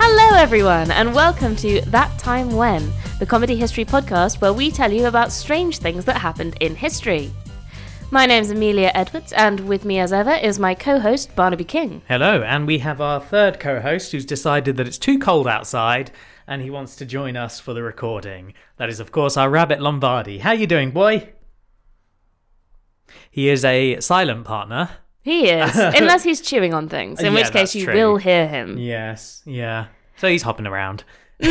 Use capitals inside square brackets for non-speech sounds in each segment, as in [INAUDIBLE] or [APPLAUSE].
Hello, everyone, and welcome to That Time When, the comedy history podcast where we tell you about strange things that happened in history. My name's Amelia Edwards, and with me as ever is my co host Barnaby King. Hello, and we have our third co host who's decided that it's too cold outside and he wants to join us for the recording. That is, of course, our rabbit Lombardi. How you doing, boy? He is a silent partner. He is, [LAUGHS] unless he's chewing on things, in Yeah, which case that's you true. will hear him. Yes, yeah. So he's hopping around. So,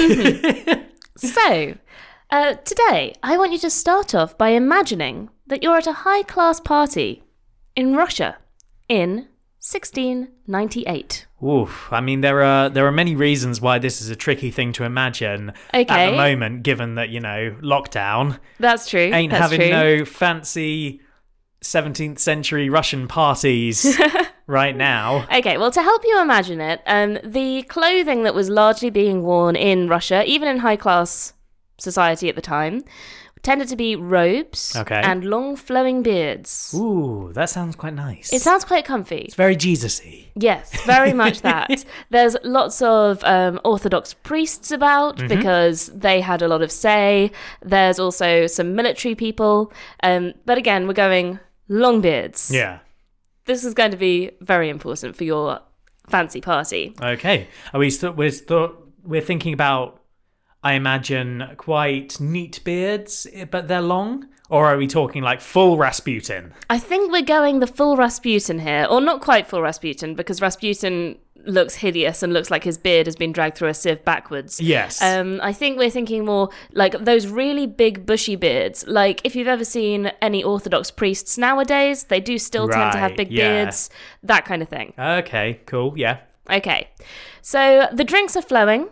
uh, today I want you to start off by imagining that you're at a high class party in Russia in 1698. Oof. I mean, there are there are many reasons why this is a tricky thing to imagine at Okay. the moment, given that you know lockdown That's true. ain't That's having true. no fancy 17th century [LAUGHS] Russian parties right now. Okay, well, to help you imagine it, um, the clothing that was largely being worn in Russia, even in high class society at the time, tended to be robes Okay. and long flowing beards. Ooh, that sounds quite nice. It sounds quite comfy. it's very Jesus-y. Yes, very [LAUGHS] much that. There's lots of um, Orthodox priests about Mm-hmm. because they had a lot of say. There's also some military people. Um, but again, we're going long beards. Yeah. This is going to be very important for your fancy party. Okay. Are we st- we're, st- we're thinking about I imagine quite neat beards, eh, but they're long, or are we talking like full Rasputin? I think we're going the full Rasputin here, or not quite full Rasputin, because Rasputin looks hideous and looks like his beard has been dragged through a sieve backwards. Yes. Um, I think we're thinking more like those really big bushy beards. Like if you've ever seen any Orthodox priests nowadays, they do still tend to have Right, big yeah. beards, that kind of thing. okay. Cool. Yeah. Okay, so the drinks are flowing.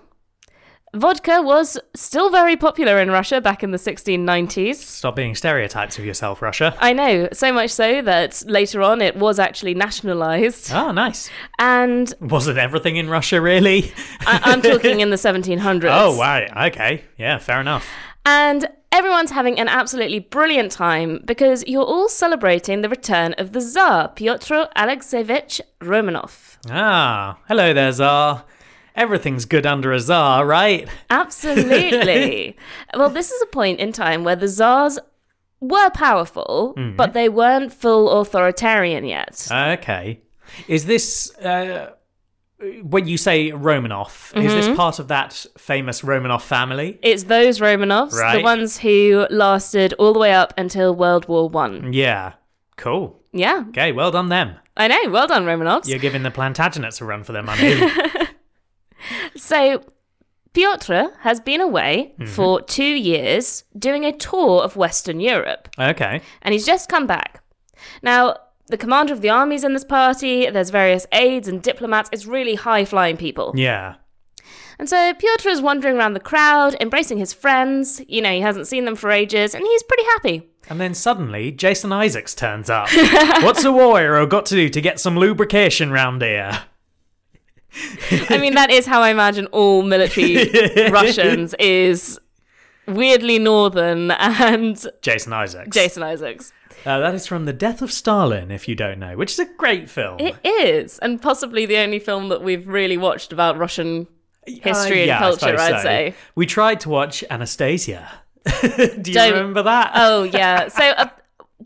Vodka was still very popular in Russia back in the 1690s. Stop being stereotypes of yourself, Russia. I know, so much so that later on it was actually nationalized. Oh, nice. And Wasn't everything in Russia really? I- I'm talking in the 1700s. [LAUGHS] oh, wow. Okay. Yeah. Fair enough. And everyone's having an absolutely brilliant time because you're all celebrating the return of the Tsar, Pyotr Alexeyevich Romanov. Ah, hello there, Tsar. Everything's good under a Tsar, right? [LAUGHS] Absolutely. well, this is a point in time where the Tsars were powerful, Mm-hmm. but they weren't full authoritarian yet. Uh, Ah, Okay. Is this uh, when you say Romanov? Is this part of that famous Romanov family? It's those Romanovs, the Right. ones who lasted all the way up until World War One. Yeah. Cool. Yeah, Okay. Well done, them. I know. Well done, Romanovs. You're giving the Plantagenets a run for their money. So Piotr has been away for two years doing a tour of Western Europe, okay. and he's just come back. Now, the commander of the army's in this party, there's various aides and diplomats, it's really high flying people. Yeah. And so Piotr is wandering around the crowd, embracing his friends. You know, he hasn't seen them for ages, and he's pretty happy. And then suddenly, Jason Isaacs turns up. What's a warrior got to do to get some lubrication round here? I mean, that is how I imagine all military Russians is weirdly northern and Jason Isaacs. Jason Isaacs. Uh, that is from The Death of Stalin, if you don't know, which is a great film. It is, and possibly the only film that we've really watched about Russian history Uh, yeah, I and culture, suppose I'd so. say. We tried to watch Anastasia. [LAUGHS] Do you Don't- remember that? Oh, yeah. So, uh,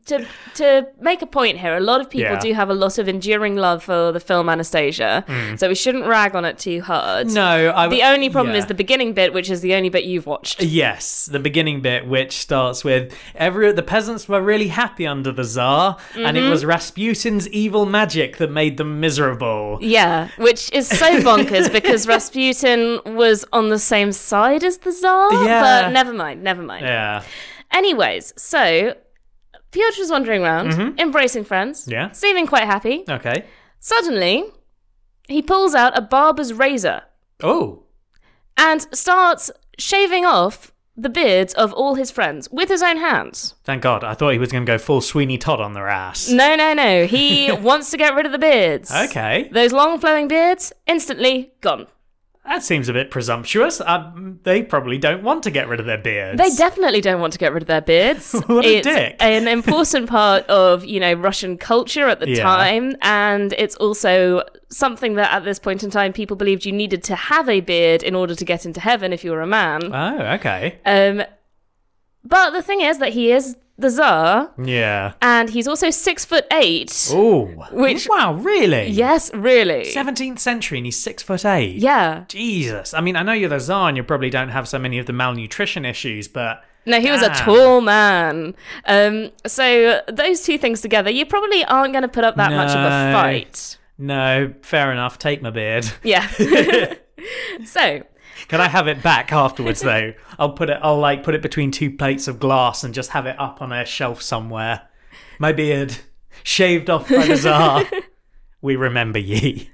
to, to make a point here, a lot of people Yeah. do have a lot of enduring love for the film Anastasia, so we shouldn't rag on it too hard. no, I The only problem yeah. is the beginning bit, which is the only bit you've watched. Yes, the beginning bit, which starts with every the peasants were really happy under the Tsar, Mm-hmm. and it was Rasputin's evil magic that made them miserable. Yeah, which is so bonkers because Rasputin was on the same side as the Tsar, Yeah. but never mind, never mind. Yeah. Anyways, so Piotr's wandering around, embracing friends, Yeah. seeming quite happy. Okay. Suddenly, he pulls out a barber's razor Oh. and starts shaving off the beards of all his friends with his own hands. Thank God. I thought he was going to go full Sweeney Todd on their ass. No, no, no. [LAUGHS] He wants to get rid of the beards. Okay. Those long flowing beards, instantly gone. That seems a bit presumptuous. Um, they probably don't want to get rid of their beards. They definitely don't want to get rid of their beards. [LAUGHS] What a it's dick. an important part of, you know, Russian culture at the Yeah. time and it's also something that at this point in time people believed you needed to have a beard in order to get into heaven if you were a man. Oh, okay. Um, but the thing is that he is the Tsar Yeah. and he's also six foot eight. Oh. Which- Wow, really? Yes, really. 17th century and he's six foot eight. Yeah. Jesus. I mean, I know you're the czar and you probably don't have so many of the malnutrition issues, but No, he was a Damn. tall man. Um, so those two things together, you probably aren't going to put up that much of a No. fight. no, fair enough. Take my beard. [LAUGHS] Yeah. [LAUGHS] so Can I have it back [LAUGHS] afterwards though? I'll put it I'll like put it between two plates of glass and just have it up on a shelf somewhere. My beard shaved off by the [LAUGHS] czar. we remember ye.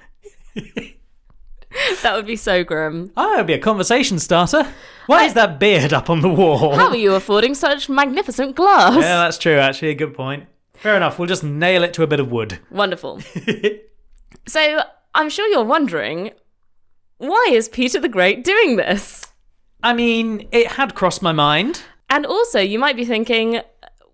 that would be so grim. Oh, it'd be a conversation starter. Why is that beard up on the wall? How are you affording such magnificent glass? Oh. yeah, that's true actually. Good point. Fair enough. We'll just nail it to a bit of wood. [LAUGHS] Wonderful. so I'm sure you're wondering why is Peter the Great doing this? I mean, it had crossed my mind. And also, you might be thinking,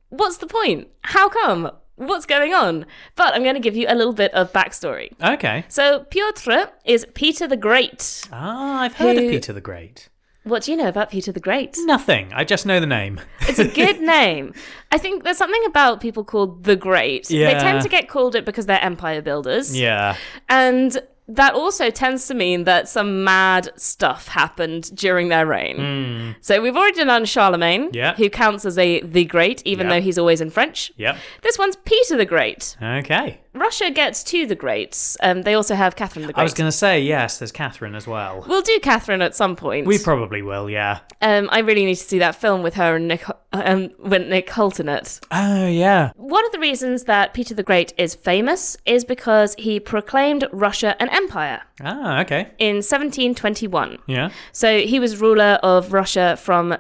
what's the point? How come? What's going on? But I'm going to give you a little bit of backstory. Okay. So, Piotr is Peter the Great. Ah, I've heard Who- of Peter the Great. What do you know about Peter the Great? Nothing. I just know the name. It's [LAUGHS] a [LAUGHS] good name. I think there's something about people called the Great. They Yeah. tend to get called it because they're empire builders. yeah. And that also tends to mean that some mad stuff happened during their reign. So we've already done Charlemagne, Hmm. Yeah. who counts as a the Great, even Yeah. though he's always in French. Yep. This one's Peter the Great. Okay. Russia gets two the Greats. Um, they also have Catherine the Great. I was going to say, yes, there's Catherine as well. We'll do Catherine at some point. We probably will, yeah. um, I really need to see that film with her and Nick, um, with Nick Hoult in it. Oh, yeah. One of the reasons that Peter the Great is famous is because he proclaimed Russia an empire Ah, okay. in 1721. Yeah. So he was ruler of Russia from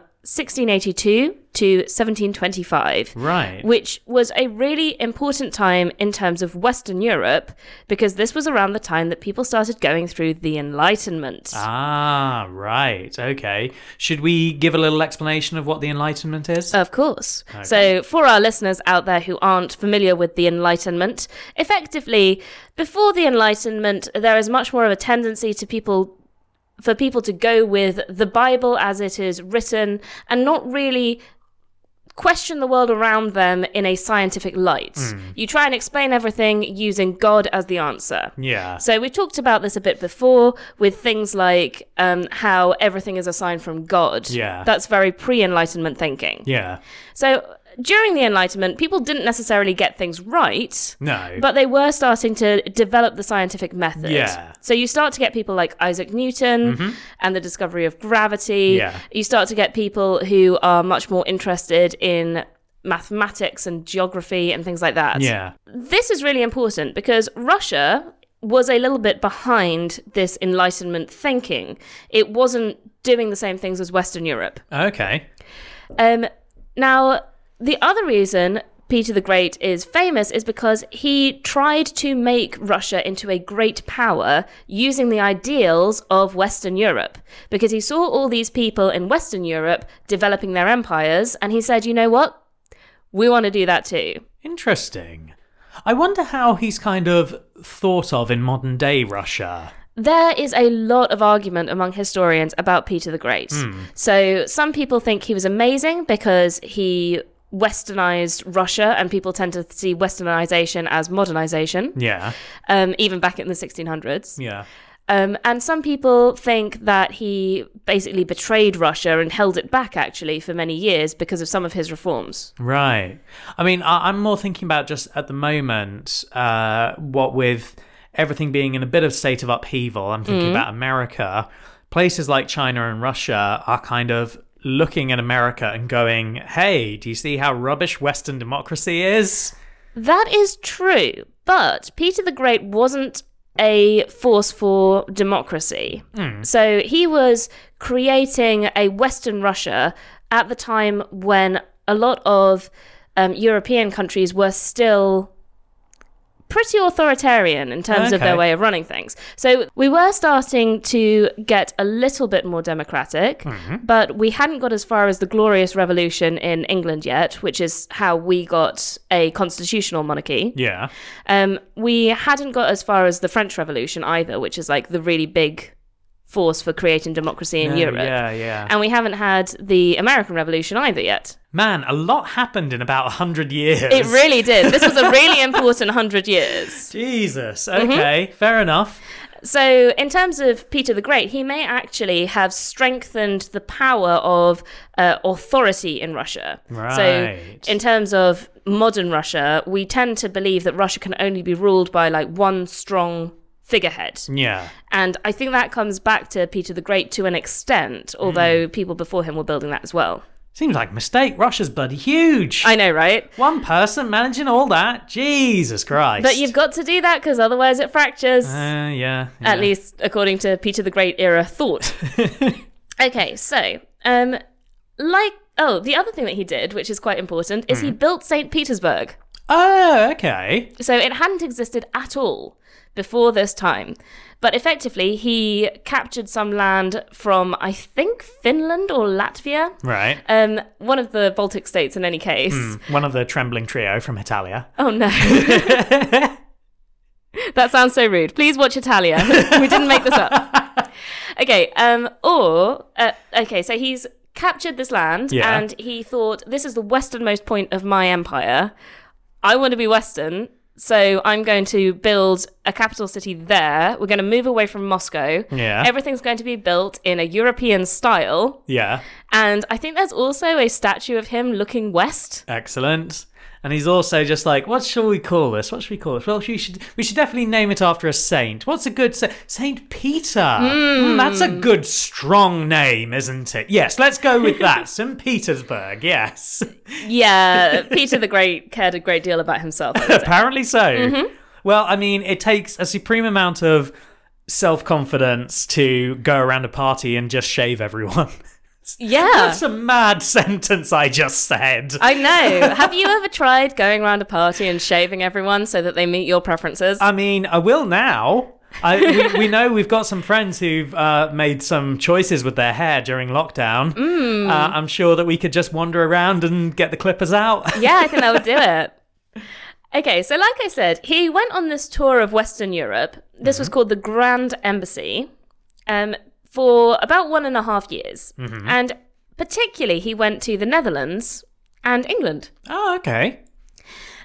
1682 to 1725. Right. Which was a really important time in terms of Western Europe because this was around the time that people started going through the Enlightenment. ah, right. Okay. Should we give a little explanation of what the Enlightenment is? Of course. So, for our listeners out there who aren't familiar with the Enlightenment, effectively, before the Enlightenment, there is much more of a tendency to people. For people to go with the Bible as it is written and not really question the world around them in a scientific light. Hmm. You try and explain everything using God as the answer. yeah. So we talked about this a bit before with things like um, how everything is a sign from God. Yeah. That's very pre Enlightenment thinking. Yeah. So during the Enlightenment, people didn't necessarily get things right. No. But they were starting to develop the scientific method. Yeah. Mm-hmm. So you start to get people like Isaac Newton and the discovery of gravity. Yeah. You start to get people who are much more interested in mathematics and geography and things like that yeah. this is really important because Russia was a little bit behind this Enlightenment thinking. It wasn't doing the same things as Western Europe. Okay. Um, now, the other reason Peter the Great is famous is because he tried to make Russia into a great power using the ideals of Western Europe. Because he saw all these people in Western Europe developing their empires, and he said, you know what? We want to do that too. Interesting. I wonder how he's kind of thought of in modern day Russia. There is a lot of argument among historians about Peter the Great. So some people think he was amazing because he westernized Russia, and people tend to see westernization as modernization, Yeah. um, even back in the 1600s. Yeah. Um, and some people think that he basically betrayed Russia and held it back actually for many years because of some of his reforms. Right. I mean, I- I'm more thinking about just at the moment, uh, what with everything being in a bit of state of upheaval. I'm thinking about America. Places like China and Russia are kind of looking at America and going, hey, do you see how rubbish Western democracy is? That is true, but Peter the Great wasn't a force for democracy. So he was creating a Western Russia at the time when a lot of um, European countries were still pretty authoritarian in terms of Okay. their way of running things. So we were starting to get a little bit more democratic, but we hadn't got as far as the Glorious Revolution in England yet, which is how we got a constitutional monarchy. Yeah. Um, we hadn't got as far as the French Revolution either, which is like the really big force for creating democracy in No, Europe. Uh, Yeah, yeah. And we haven't had the American Revolution either yet. Man, a lot happened in about 100 years. It really did. This was [LAUGHS] a really important 100 years. Jesus. Mm-hmm. Okay, fair enough. So, in terms of Peter the Great, he may actually have strengthened the power of uh, authority in Russia. Right. So, in terms of modern Russia, we tend to believe that Russia can only be ruled by like one strong figurehead. Yeah. And I think that comes back to Peter the Great to an extent, although Mm. people before him were building that as well. Seems like a mistake. Russia's bloody huge. I know, right? One person managing all that. Jesus Christ. But you've got to do that because otherwise it fractures. Uh, yeah. at yeah. least according to Peter the Great era [LAUGHS] thought. okay, so um, like oh, the other thing that he did, which is quite important, is Mm. he built Saint Petersburg. Oh, okay. So it hadn't existed at all before this time. But effectively, he captured some land from, I think, Finland or Latvia, Right. um, one of the Baltic states in any case. One of the trembling trio from Italia. Oh [LAUGHS] no. that sounds so rude. Please watch Italia. we didn't make this up. [LAUGHS] Okay, um or uh, okay, so he's captured this land Yeah. and he thought this is the westernmost point of my empire. I want to be western. So I'm going to build a capital city there. We're going to move away from Moscow. Yeah. Everything's going to be built in a European style. Yeah. And I think there's also a statue of him looking west. Excellent. And he's also just like, what shall we call this? What should we call this? Well, we should we should definitely name it after a saint. What's a good saint? Saint Peter. Mm, that's a Hmm. good strong name, isn't it? Yes, let's go with [LAUGHS] that. St. Petersburg. Yes. Yeah, Peter the Great cared a great deal about himself. I would say. [LAUGHS] Apparently so. Mm-hmm. Well, I mean, it takes a supreme amount of self-confidence to go around a party and just shave everyone. [LAUGHS] yeah, That's a mad [LAUGHS] sentence I just said. I know. Have you ever tried going around a party and shaving everyone so that they meet your preferences? I mean, I will now. I, we, we know we've got some friends who've uh, made some choices with their hair [LAUGHS] during lockdown. Mm. Uh, I'm sure that we could just wander around and get the clippers out. [LAUGHS] yeah, I think that would do it. Okay, so like I said, he went on this tour of Western Europe. This was called the Grand Embassy um, for about one and a half years. And particularly, he went to the Netherlands and England. oh, okay.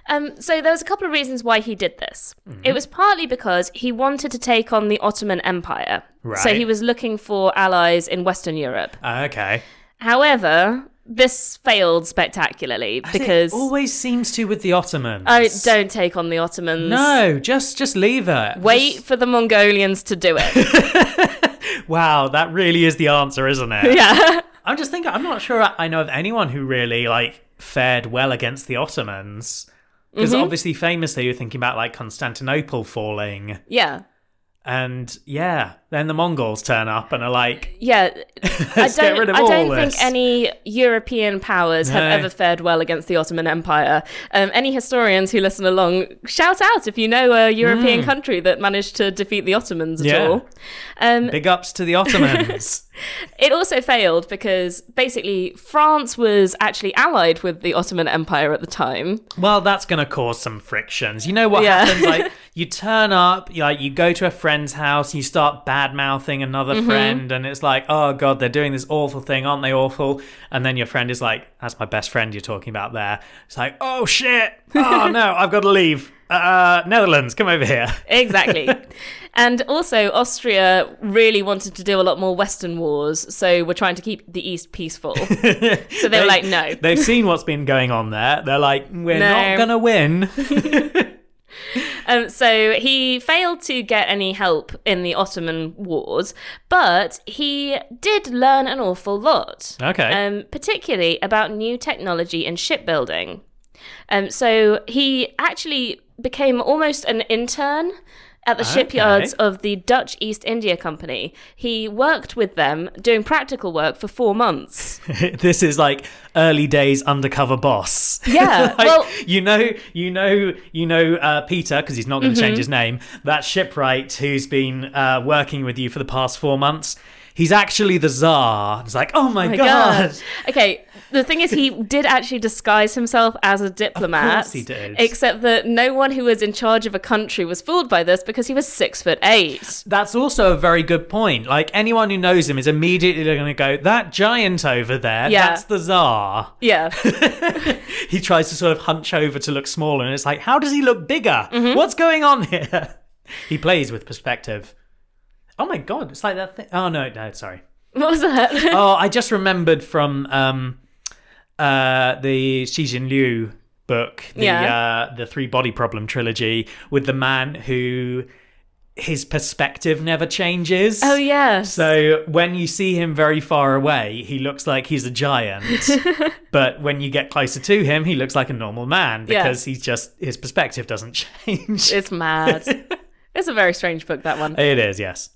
Um, so there was a couple of reasons why he did this. Mm-hmm. It was partly because he wanted to take on the Ottoman Empire. So Right. he was looking for allies in Western Europe. Okay. However, this failed spectacularly because it always seems to with the Ottomans. I don't take on the Ottomans. No, just just leave it. Wait for the Mongolians to do it. [LAUGHS] Just- wow, that really is the answer, isn't it? yeah. I'm just thinking. I'm not sure. I I know of anyone who really like fared well against the Ottomans. Because obviously, famously, you're thinking about like Constantinople falling. Yeah. And yeah, then the Mongols turn up and are like, [LAUGHS] Yeah. I Let's get don't, rid of I all don't this. think any European powers No. have ever fared well against the Ottoman Empire. Um, any historians who listen along, shout out if you know a European country that managed to defeat the Ottomans at Hmm. Yeah. all. Um, big ups to [LAUGHS] the Ottomans. it also failed because basically France was actually allied with the Ottoman Empire at the time. well, that's going to cause some frictions. You know what Yeah. happens? [LAUGHS] Like, you turn up, you, like, you go to a friend's house, you start bad mouthing another Mm-hmm. friend, and it's like, oh, God, they're doing this awful thing. Aren't they awful? And then your friend is like, that's my best friend you're talking about there. It's like, oh, shit. [LAUGHS] Oh, no, I've got to leave. Uh, Netherlands, come over here. [LAUGHS] Exactly. and also, Austria really wanted to do a lot more Western wars, so we're trying to keep the East peaceful. [LAUGHS] so they were like, no. They've seen what's been going on there. They're like, we're No. not going [LAUGHS] to win. Um, so he failed to get any help in the Ottoman wars, but he did learn an awful lot. Okay. Um, particularly about new technology in shipbuilding. Um, so he actually became almost an intern at the shipyards of the Dutch East India Company. He worked with them [LAUGHS] doing practical work for four months. this is like early days undercover boss. Yeah, [LAUGHS] Like, well- you know, you know, you know uh, Peter because he's not going to change his name. That shipwright who's been uh, working with you for the past four months. He's actually the Tsar. It's like, oh my, my [LAUGHS] god. Okay, the thing is, he did actually disguise himself as a diplomat. course he did. Except that no one who was in charge of a country was fooled by this because he was six foot eight. That's also a very good point. Like anyone who knows him is immediately going to go, that giant over there, Yeah. that's the Tsar. [LAUGHS] Yeah, he tries to sort of hunch over to look smaller, and it's like, how does he look bigger? Mm-hmm. What's going on here? [LAUGHS] he plays with perspective. Oh my god, it's like that thing. Oh no, [LAUGHS] no, sorry. what was that? [LAUGHS] Oh, I just remembered from um, uh, the Xi Jin Liu book, the Yeah. uh, the Three Body Problem trilogy, with the man who his perspective never changes. oh yes. So when you see him very far away, he looks like he's [LAUGHS] a giant. but when you get closer to him, he looks like a normal man Yeah. because he's just his perspective doesn't [LAUGHS] change. it's mad. [LAUGHS] it's a very strange book that one. it is, yes.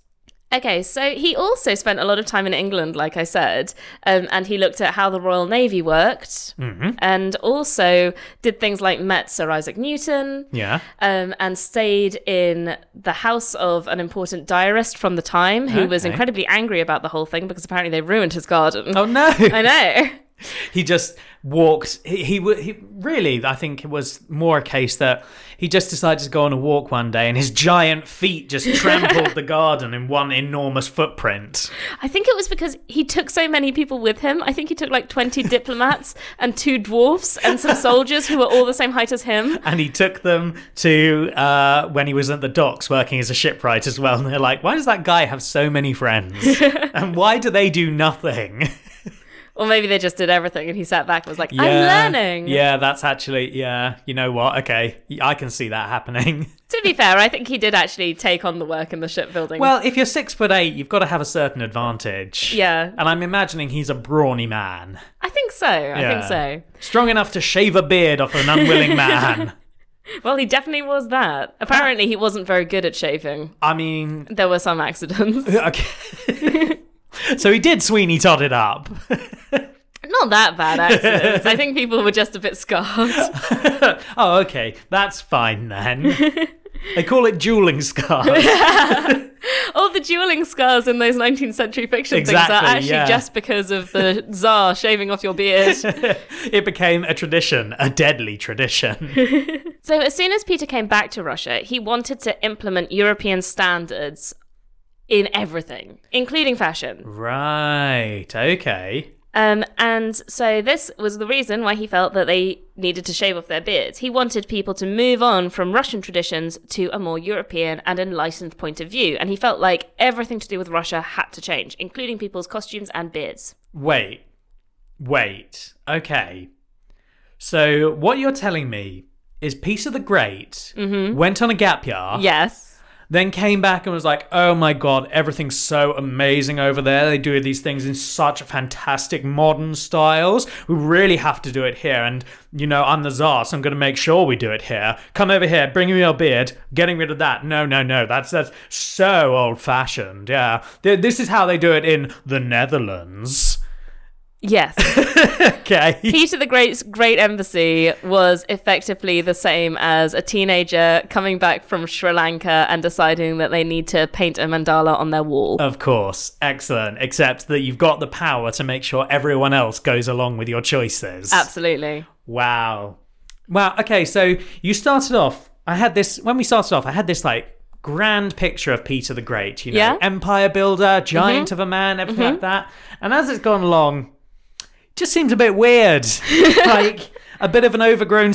Okay, so he also spent a lot of time in England, like I said, um, and he looked at how the Royal Navy worked, Mm-hmm. and also did things like met Sir Isaac Newton. Yeah. um, and stayed in the house of an important diarist from the time who was Okay. incredibly angry about the whole thing because apparently they ruined his garden. Oh no. I know. [LAUGHS] [LAUGHS] he just walked he, he w- he really i think it was more a case that he just decided to go on a walk one day and his giant feet just [LAUGHS] trampled the garden in one enormous footprint I think it was because he took so many people with him. I think he took like [LAUGHS] 20 diplomats and two dwarfs and some soldiers who were all the same height as him. and he took them to uh, when he was at the docks working as a shipwright as well and they're like why does that guy have so many friends [LAUGHS] and why do they do nothing Or maybe they just did everything and he sat back and was like, I'm learning. yeah that's actually yeah you know what okay i can see that happening [LAUGHS] To be fair, I think he did actually take on the work in the shipbuilding. Well, if you're six foot eight, you've got to have a certain advantage. Yeah. And I'm imagining he's a brawny man. I think so. I Yeah. think so. Strong enough to shave a beard off an unwilling [LAUGHS] man. Well, he definitely was that. Apparently, he wasn't very good at shaving. I mean, [LAUGHS] There were some accidents. okay. [LAUGHS] so he did Sweeney Todd it up. [LAUGHS] Not that [LAUGHS] bad accidents. I think people were just a bit scarred. [LAUGHS] oh, okay. That's fine then. They call it dueling scars. All the dueling scars in those 19th century fiction things Exactly, are actually yeah. just because of [LAUGHS] the czar shaving off your beard. it became a tradition, a deadly tradition. so, as soon as Peter came back to Russia, he wanted to implement European standards in everything, including fashion. right. Okay. Um, and so this was the reason why he felt that they needed to shave off their beards. He wanted people to move on from Russian traditions to a more European and enlightened point of view. And he felt like everything to do with Russia had to change, including people's costumes and beards. Wait. Wait. Okay. So what you're telling me is Peter the Great went on a gap year, Oh. Yes. then came back and was like, "Oh my god, everything's so amazing over there. They do these things in such fantastic modern styles. We really have to do it here." And you know, I'm the czar, so I'm going to make sure we do it here. Come over here, bring me your beard. Getting rid of that. No, no, no. That's that's so old-fashioned. Yeah, Th- this is how they do it in the Netherlands. [LAUGHS] Yes. Okay. [LAUGHS] Peter the Great's great embassy was effectively the same as a teenager coming back from Sri Lanka and deciding that they need to paint a mandala on their wall. Of course. Excellent. Except that you've got the power to make sure everyone else goes along with your choices. Absolutely. Wow. Wow. Okay. So you started off, I had this, when we started off, I had this like grand picture of Peter the Great, you know, Yeah. Mm-hmm. empire builder, giant of a man, everything like that. And as it's gone along, it just seems a bit [LAUGHS] weird. like a bit of an overgrown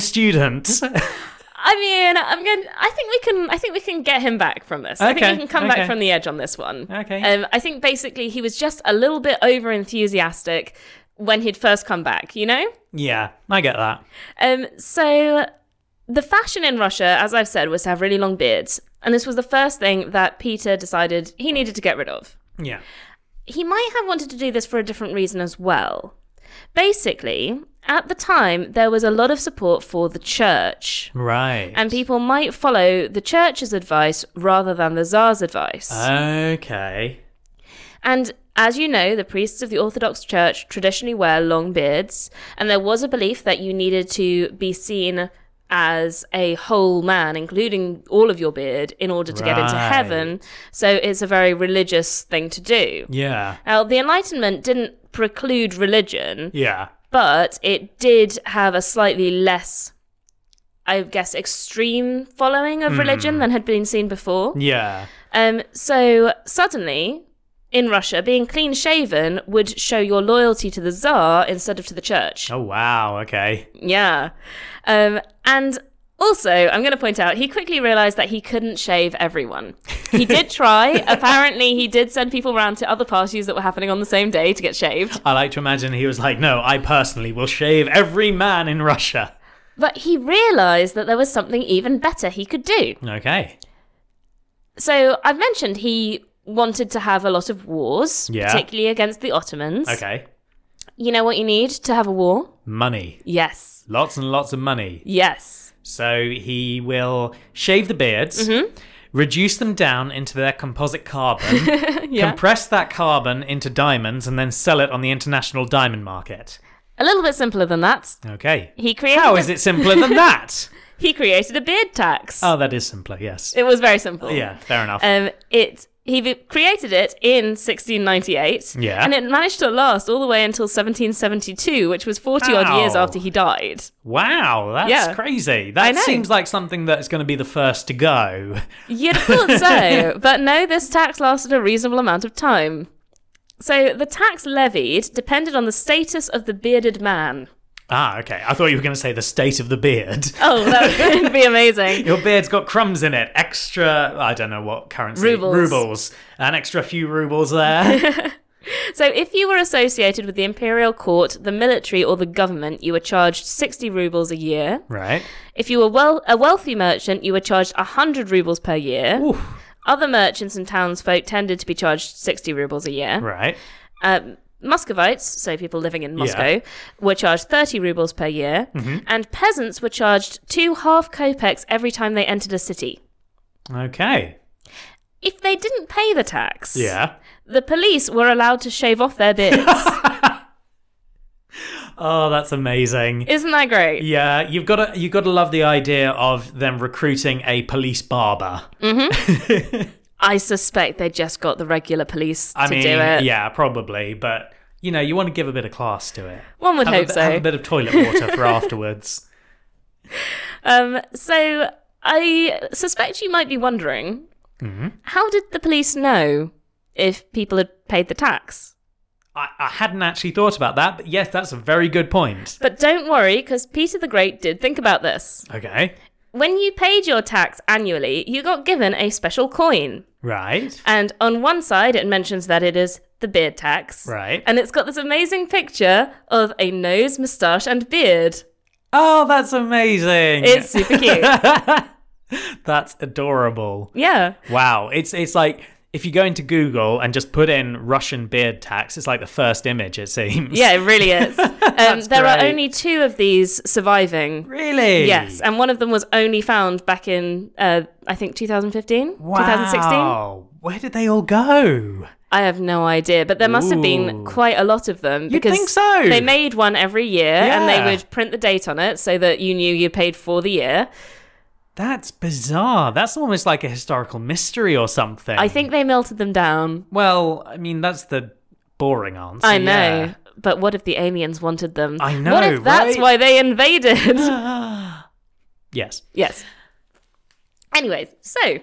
[LAUGHS] student. I mean, I'm going to I think we can. I think we can get him back from this. I think Okay, we can come okay. back from the edge on this one. Okay. Um, I think basically he was just a little bit over enthusiastic when he'd first come back. You know. yeah. I get that. Um. So the fashion in Russia, as I've said, was to have really long beards, and this was the first thing that Peter decided he needed to get rid of Yeah. he might have wanted to do this for a different reason as well. Basically, at the time, there was a lot of support for the church, Right. and people might follow the Uh-huh. church's advice rather than the Tsar's advice. okay. and As you know, the priests of the Orthodox Church traditionally wear long beards, and there was a belief that you needed to be seen as a whole man, including all of your beard, in order to get into Right. heaven. So it's a very religious thing to do. Yeah. Now, the Enlightenment didn't preclude religion, Yeah. but it did have a slightly less, I guess, extreme following of religion than had been seen before. Yeah. Um, so suddenly, in Russia, being clean shaven would show your loyalty to the Tsar instead of to the church. Oh wow. Okay. Yeah. Um, and also, I'm going to point out, he quickly realized that he couldn't shave everyone. He did try. Apparently, he did send people round to other parties that were happening on the same day to get shaved. I like to imagine he was like, "No, I personally will shave every man in Russia." But he realized that there was something even better he could do. Okay. So I've mentioned he wanted to have a lot of wars, Yeah. particularly against the Ottomans. Okay. You know what you need to have a war? Money. Yes. Lots and lots of money. Yes. So he will shave the beards, Mm-hmm. reduce them down into their composite carbon, [LAUGHS] Yeah. compress that carbon into diamonds, and then sell it on the international diamond market. a little bit simpler than that. Okay. He created How a- is it simpler [LAUGHS] than that? He created a beard tax. Oh, that is simpler, yes. It was very simple. Yeah, fair enough. Um it he v- created it in 1698. Yeah. And it managed to last all the way until 1772, which was 40 odd Wow. years after he died. wow, that's yeah. crazy. I That know. seems like something that's going to be the first to go. You'd have thought so, but no, this tax lasted a reasonable amount of time. So the tax levied depended on the status of the bearded man. Ah, okay. I thought you were going to say the state of the beard. Oh, that would be amazing. Your beard's got crumbs in it. Extra, I don't know what currency. Rubles. Rubles. An extra few rubles [LAUGHS] there. So if you were associated with the imperial court, the military, or the government, you were charged 60 rubles a year. right. If you were well a wealthy merchant, you were charged 100 rubles per year. Oof. Other merchants and townsfolk tended to be charged 60 rubles a year. Right. um, Muscovites, so people living in Moscow, were charged 30 rubles per year, Mm-hmm. and peasants were charged two half kopecks every time they entered a city. Okay. If they didn't pay the tax, Yeah. the police were allowed to shave off their [LAUGHS] beards. Oh, that's amazing. Isn't that great? Yeah, you've got to you've got to love the idea of them recruiting a police barber. I suspect they just got the regular police I to mean, do it. yeah, probably, but you know, you want to give a bit of class to it. One would Have, a, hope bit- so. have a bit of toilet water [LAUGHS] for afterwards. Um, so I suspect you might be wondering Mm-hmm. how did the police know if people had paid the tax? I, I hadn't actually thought about that, but yes, that's a very good point. But don't worry, because Peter the Great did think about this. Okay, When you paid your tax annually, you got given a special coin. right, And on one side, it mentions that it is the beard tax. right. And it's got this amazing picture of a nose, moustache, and beard. oh, that's amazing. It's super cute. [LAUGHS] that's adorable. yeah. Wow, it's it's like if you go into Google and just put in Russian beard tax, it's like the first image. It seems. Yeah, it really is. Um, there are great. only two of these surviving. [LAUGHS] Really? Yes. um, And one of them was only found back in, uh, I think, 2015, 2016. Wow. Where did they all go? I have no idea, but there must have been Ooh. quite a lot of them because think so. they made one every year and they Yeah. would print the date on it so that you knew you paid for the year. That's bizarre. That's almost like a historical mystery or something. I think they melted them down. Well, I mean, that's the boring answer. I know. yeah. But what if the aliens wanted them? I What know, if that's right? why they invaded? [LAUGHS] [GASPS] Yes. yes. Anyways, so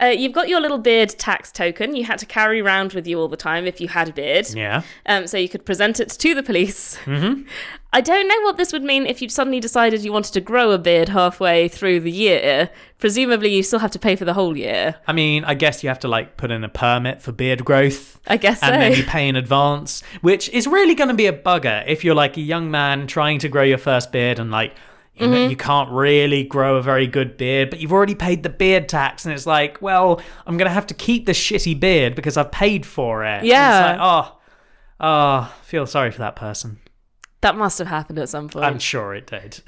uh, you've got your little beard tax token you had to carry around with you all the time if you had a beard. Yeah. um, so you could present it to the police. Mm-hmm. [LAUGHS] I don't know what this would mean if you suddenly decided you wanted to grow a beard halfway through the year. Presumably, you still have to pay for the whole year. I mean, I guess you have to like put in a permit for beard growth. I guess And so. then you pay in advance, which is really going to be a bugger if you're like a young man trying to grow your first beard and like you, Mm-hmm. know, you can't really grow a very good beard, but you've already paid the beard tax, and it's like, well, I'm going to have to keep this shitty beard because I've paid for it. And Yeah. It's like, oh, oh, feel sorry for that person. [LAUGHS] that must have happened at some point. I'm sure it did.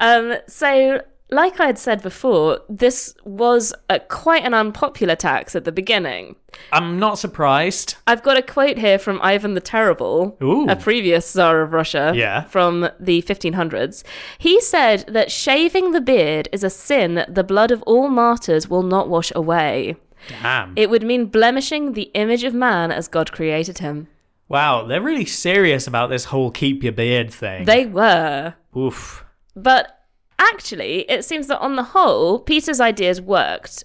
Um, so like I had said before, this was a, quite an unpopular tax at the beginning. [LAUGHS] I'm not surprised. I've got a quote here from Ivan the Terrible, Ooh. a previous Tsar of Russia Yeah. from the 1500s. He said that shaving the beard is a sin that the blood of all martyrs will not wash away. Damn. It would mean blemishing the image of man as God created him. wow, they're really serious about this whole keep your beard thing. They were. Oof. But actually, it seems that on the whole, Peter's ideas worked,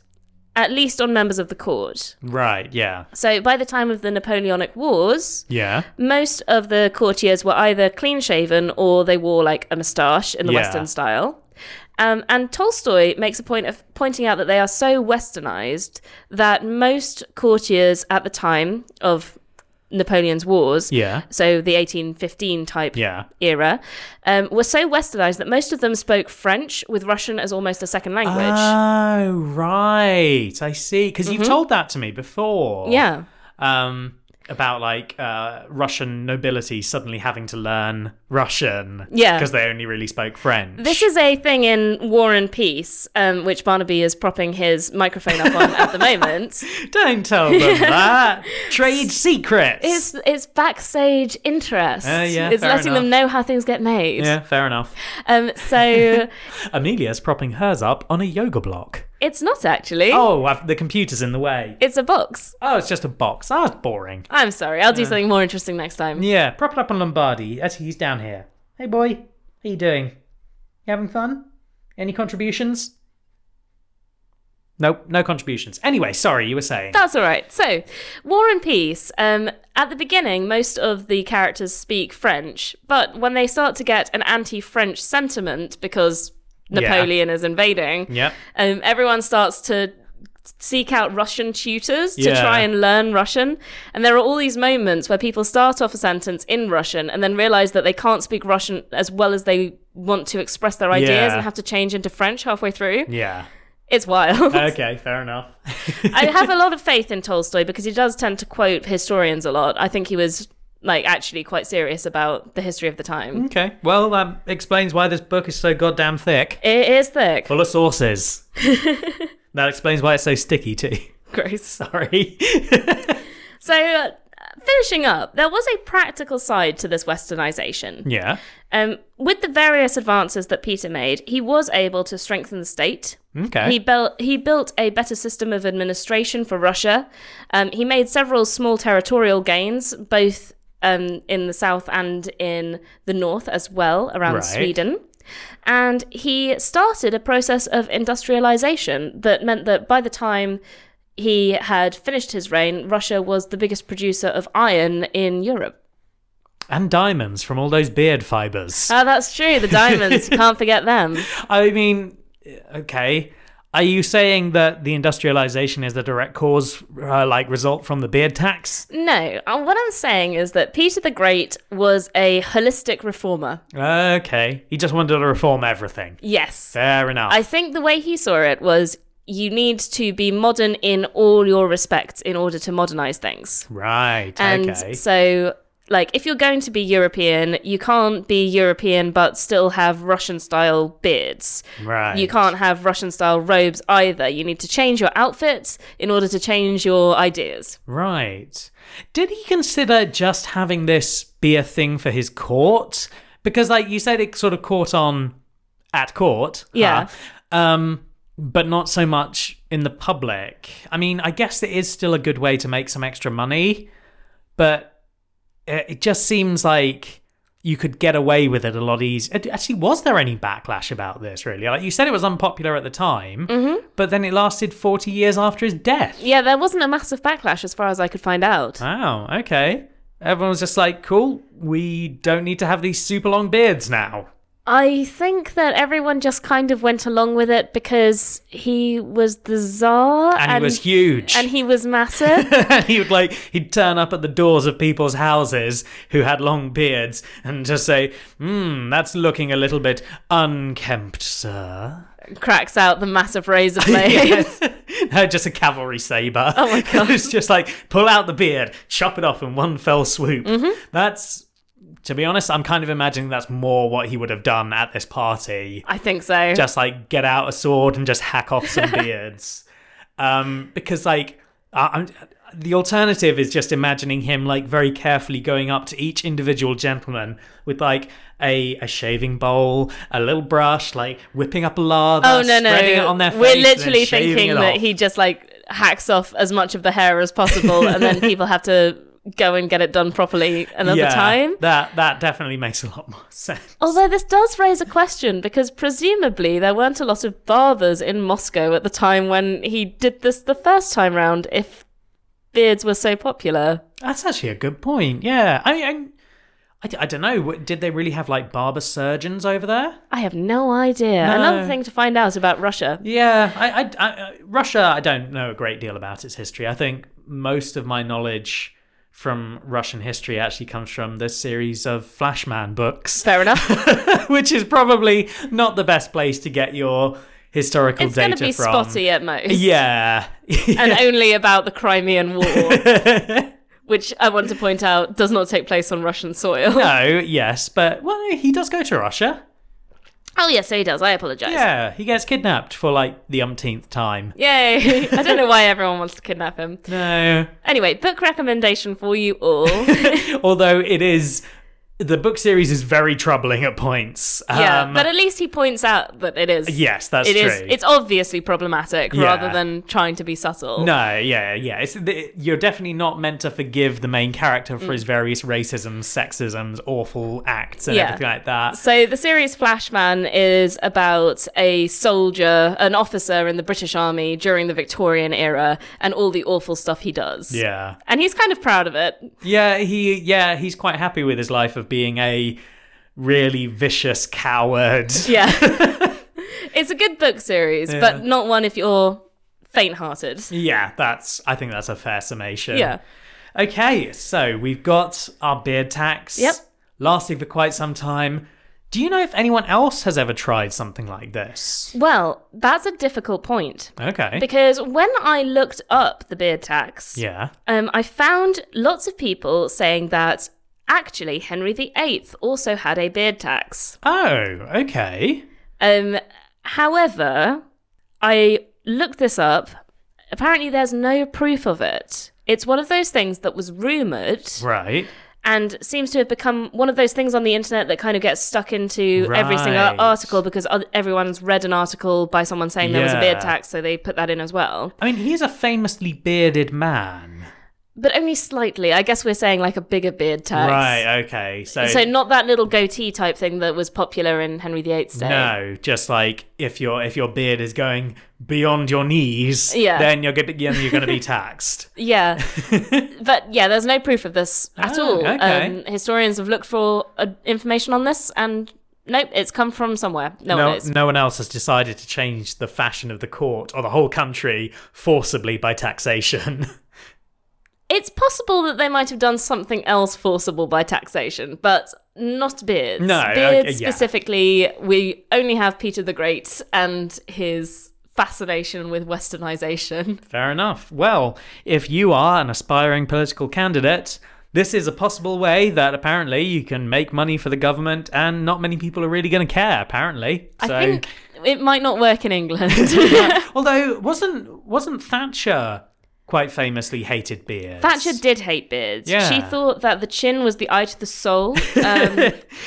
at least on members of the court. Right, yeah. So by the time of the Napoleonic Wars, Yeah. most of the courtiers were either clean shaven or they wore like a moustache in the Yeah. Western style. Um, and Tolstoy makes a point of pointing out that they are so westernized that most courtiers at the time of Napoleon's wars, Yeah. so the 1815 type Yeah. era, um, were so westernized that most of them spoke French with Russian as almost a second language. Oh, right. I see. Because you've told that to me before. Mm-hmm. yeah. Um, about like uh, Russian nobility suddenly having to learn Russian. Yeah. Because they only really spoke French. This is a thing in War and Peace, um, which Barnaby is propping his microphone up on [LAUGHS] at the moment. [LAUGHS] Don't tell [LAUGHS] them that. Trade secrets. It's it's backstage interest. Uh, yeah, it's fair letting them know how things get made. yeah, fair enough. Um, [LAUGHS] so Amelia's propping hers up on a yoga block. it's not actually. Oh, I've, the computer's in the way. It's a box. Oh, it's just a box. Ah, it's boring. I'm sorry. I'll do something more interesting next time. Yeah, prop it up on Lombardi. As he's down here. Hey, boy. How you doing? You having fun? Any contributions? Nope, no contributions. Anyway, sorry, you were saying. That's all right. So, War and Peace. Um, at the beginning, most of the characters speak French, but when they start to get an anti-French sentiment because Yeah. Napoleon is invading, Yep. um, everyone starts to seek out Russian tutors to Yeah. try and learn Russian. And there are all these moments where people start off a sentence in Russian and then realize that they can't speak Russian as well as they want to express their ideas Yeah. and have to change into French halfway through. Yeah. It's wild. Okay, fair enough. [LAUGHS] [LAUGHS] I have a lot of faith in Tolstoy because he does tend to quote historians a lot. I think he was like actually quite serious about the history of the time. okay, well, that explains why this book is so goddamn thick. It is thick. Full of sauces. that explains why it's so sticky, too. [LAUGHS] [LAUGHS] Gross. Sorry. So, uh, finishing up, there was a practical side to this westernization. yeah. Um, with the various advances that Peter made, he was able to strengthen the state. Okay. He built he built a better system of administration for Russia. Um, he made several small territorial gains, both um, in the south and in the north as well, around Right. Sweden. And he started a process of industrialization that meant that by the time he had finished his reign, Russia was the biggest producer of iron in Europe. and diamonds from all those beard fibers. Ah, that's true. The diamonds, you can't forget them. I mean, okay. Are you saying that the industrialization is the direct cause, uh, like result from the beard tax? No, uh, what I'm saying is that Peter the Great was a holistic reformer. Okay, he just wanted to reform everything. Yes. Fair enough. I think the way he saw it was you need to be modern in all your respects in order to modernize things. right. And okay. so like if you're going to be European, you can't be European but still have Russian style beards. Right. You can't have Russian style robes either. You need to change your outfits in order to change your ideas. Right. Did he consider just having this be a thing for his court? Because, like you said, it sort of caught on at court. Yeah. huh? Um, but not so much in the public. I mean, I guess it is still a good way to make some extra money, but it it just seems like you could get away with it a lot easier. Actually, was there any backlash about this, really? Like you said, it was unpopular at the time, but then it lasted 40 years after his death. Yeah, there wasn't a massive backlash as far as I could find out. Wow, okay. Everyone was just like, cool, we don't need to have these super long beards now. I think that everyone just kind of went along with it because he was the czar And, he was huge. and [LAUGHS] And he was massive. [LAUGHS] he would like, he'd turn up at the doors of people's houses who had long beards and just say, hmm, that's looking a little bit unkempt, sir. Cracks out the massive razor [LAUGHS] blade. no, just a cavalry saber. [LAUGHS] Oh my God. Mm-hmm. it's just like, pull out the beard, chop it off in one fell swoop. That's To be honest, I'm kind of imagining that's more what he would have done at this party. [LAUGHS] I think so. Just like get out a sword and just hack off [LAUGHS] some beards. Um, because like I, I'm, the alternative is just imagining him like very carefully going up to each individual gentleman with like a, a shaving bowl, a little brush, like whipping up a lather, oh no no! spreading it on their face. We're and then literally shaving thinking it that off. he just like hacks off as much of the hair as possible, and [LAUGHS] then people have to go and get it done properly another yeah, time. That that definitely makes a lot more [LAUGHS] sense. Although this does raise a question because presumably there weren't a lot of barbers in Moscow at the time when he did this the first time round. If beards were so popular, That's actually a good point. Yeah, I mean, I, I, don't know. Did they really have like barber surgeons over there? I have no idea. No. Another thing to find out about Russia. Yeah, I, I, I, Russia. I don't know a great deal about its history. I think most of my knowledge from Russian history actually comes from this series of Flashman books, [LAUGHS] Fair enough. which is probably not the best place to get your historical it's going data to be from. spotty at most. Yeah. [LAUGHS] And only about the Crimean War, [LAUGHS] which I want to point out does not take place on Russian soil. no. Yes, but well, no, he does go to Russia. Oh, yes, so he does. I apologize. Yeah, he gets kidnapped for like the umpteenth time. Yay. [LAUGHS] I don't know why everyone wants to kidnap him. [LAUGHS] No. Anyway, book recommendation for you all. Although it is the book series is very troubling at points. Yeah, Um, but at least he points out that it is. yes, that's it true. is. It's obviously problematic Yeah. rather than trying to be subtle. no, yeah, yeah. It's the, you're definitely not meant to forgive the main character for his various racisms, sexisms, awful acts, and Mm. Yeah. everything like that. So the series Flashman is about a soldier, an officer in the British Army during the Victorian era, and all the awful stuff he does. Yeah, And he's kind of proud of it. yeah. He, yeah, he's quite happy with his life of being a really [LAUGHS] vicious coward. [LAUGHS] Yeah. it's a good book series, but Yeah. not one if you're faint hearted. Yeah, that's. I think that's a fair summation. Yeah. Okay, so we've got our beard tax. Yep. Lasting for quite some time. Do you know if anyone else has ever tried something like this? Well, that's a difficult point. Okay. Because when I looked up the beard tax, yeah. um, I found lots of people saying that actually Henry VIII also had a beard tax. Oh, okay. Um, however, I looked this up. Apparently, there's no proof of it. It's one of those things that was rumored Right. and seems to have become one of those things on the internet that kind of gets stuck into every single Right. article because oth- everyone's read an article by someone saying there was a beard Yeah. tax, so they put that in as well. I mean, he's a famously bearded man. But only slightly. I guess we're saying like a bigger beard tax. Right. Okay. So. So not that little goatee type thing that was popular in Henry VIII's day. no, just like if your if your beard is going beyond your knees, Yeah. then you're gonna, you're going to [LAUGHS] be taxed. [LAUGHS] Yeah. but yeah, there's no proof of this at Oh, all. okay. Um, historians have looked for uh, information on this and nope, it's come from somewhere. No, no, one knows. no one else has decided to change the fashion of the court or the whole country forcibly by taxation. [LAUGHS] It's possible that they might have done something else forcible by taxation, but not beards. No, okay, Beards yeah. specifically, we only have Peter the Great and his fascination with westernization. Fair enough. Well, if you are an aspiring political candidate, this is a possible way that apparently you can make money for the government and not many people are really going to care, apparently. So, I think it might not work in [LAUGHS] England. although wasn't wasn't Thatcher quite famously hated beards? Thatcher did hate beards. Yeah. She thought that the chin was the eye to the [LAUGHS] soul. Um,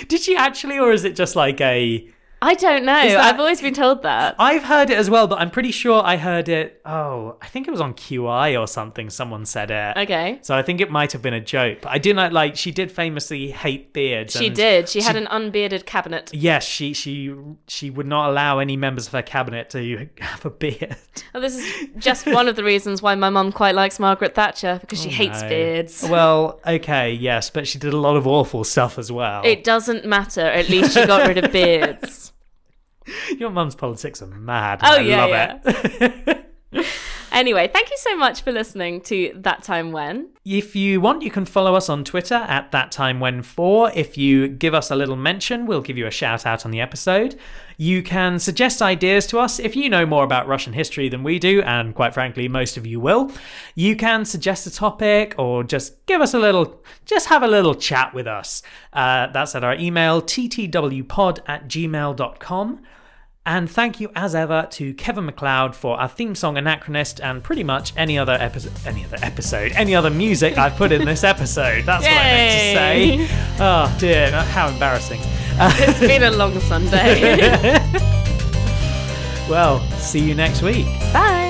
Did she actually or is it just like a I don't know. that- I've always been told that. I've heard it as well, but I'm pretty sure I heard it. Oh, I think it was on QI or something. Someone said it. Okay. So I think it might have been a joke. But I do not like. She did famously hate beards. She and- did. She, had an unbearded [LAUGHS] cabinet. Yes, she she she would not allow any members of her cabinet to [LAUGHS] have [LAUGHS] a beard. Oh, this is just one of the reasons why my mum quite likes Margaret Thatcher because she hates Oh, No. beards. Well, okay, yes, but she did a lot of awful stuff as well. It doesn't matter. At least she got [LAUGHS] rid of beards. Your mum's politics are mad. Oh, I yeah, love it. Anyway, thank you so much for listening to That Time When. [LAUGHS] If you want, you can follow us on Twitter at that time when four. If you give us a little mention, we'll give you a shout out on the episode. You can suggest ideas to us if you know more about Russian history than we do, and quite frankly, most of you will. You can suggest a topic or just give us a little, just have a little chat with us. Uh, that's at our email, ttwpod at gmail.com. And thank you as ever to Kevin McLeod for our theme song Anachronist and pretty much any other episode any other episode, any other music I've put in this episode. That's what I meant to Yay. say. Oh dear, how embarrassing. It's been [LAUGHS] a long Sunday. well, see you next week. Bye.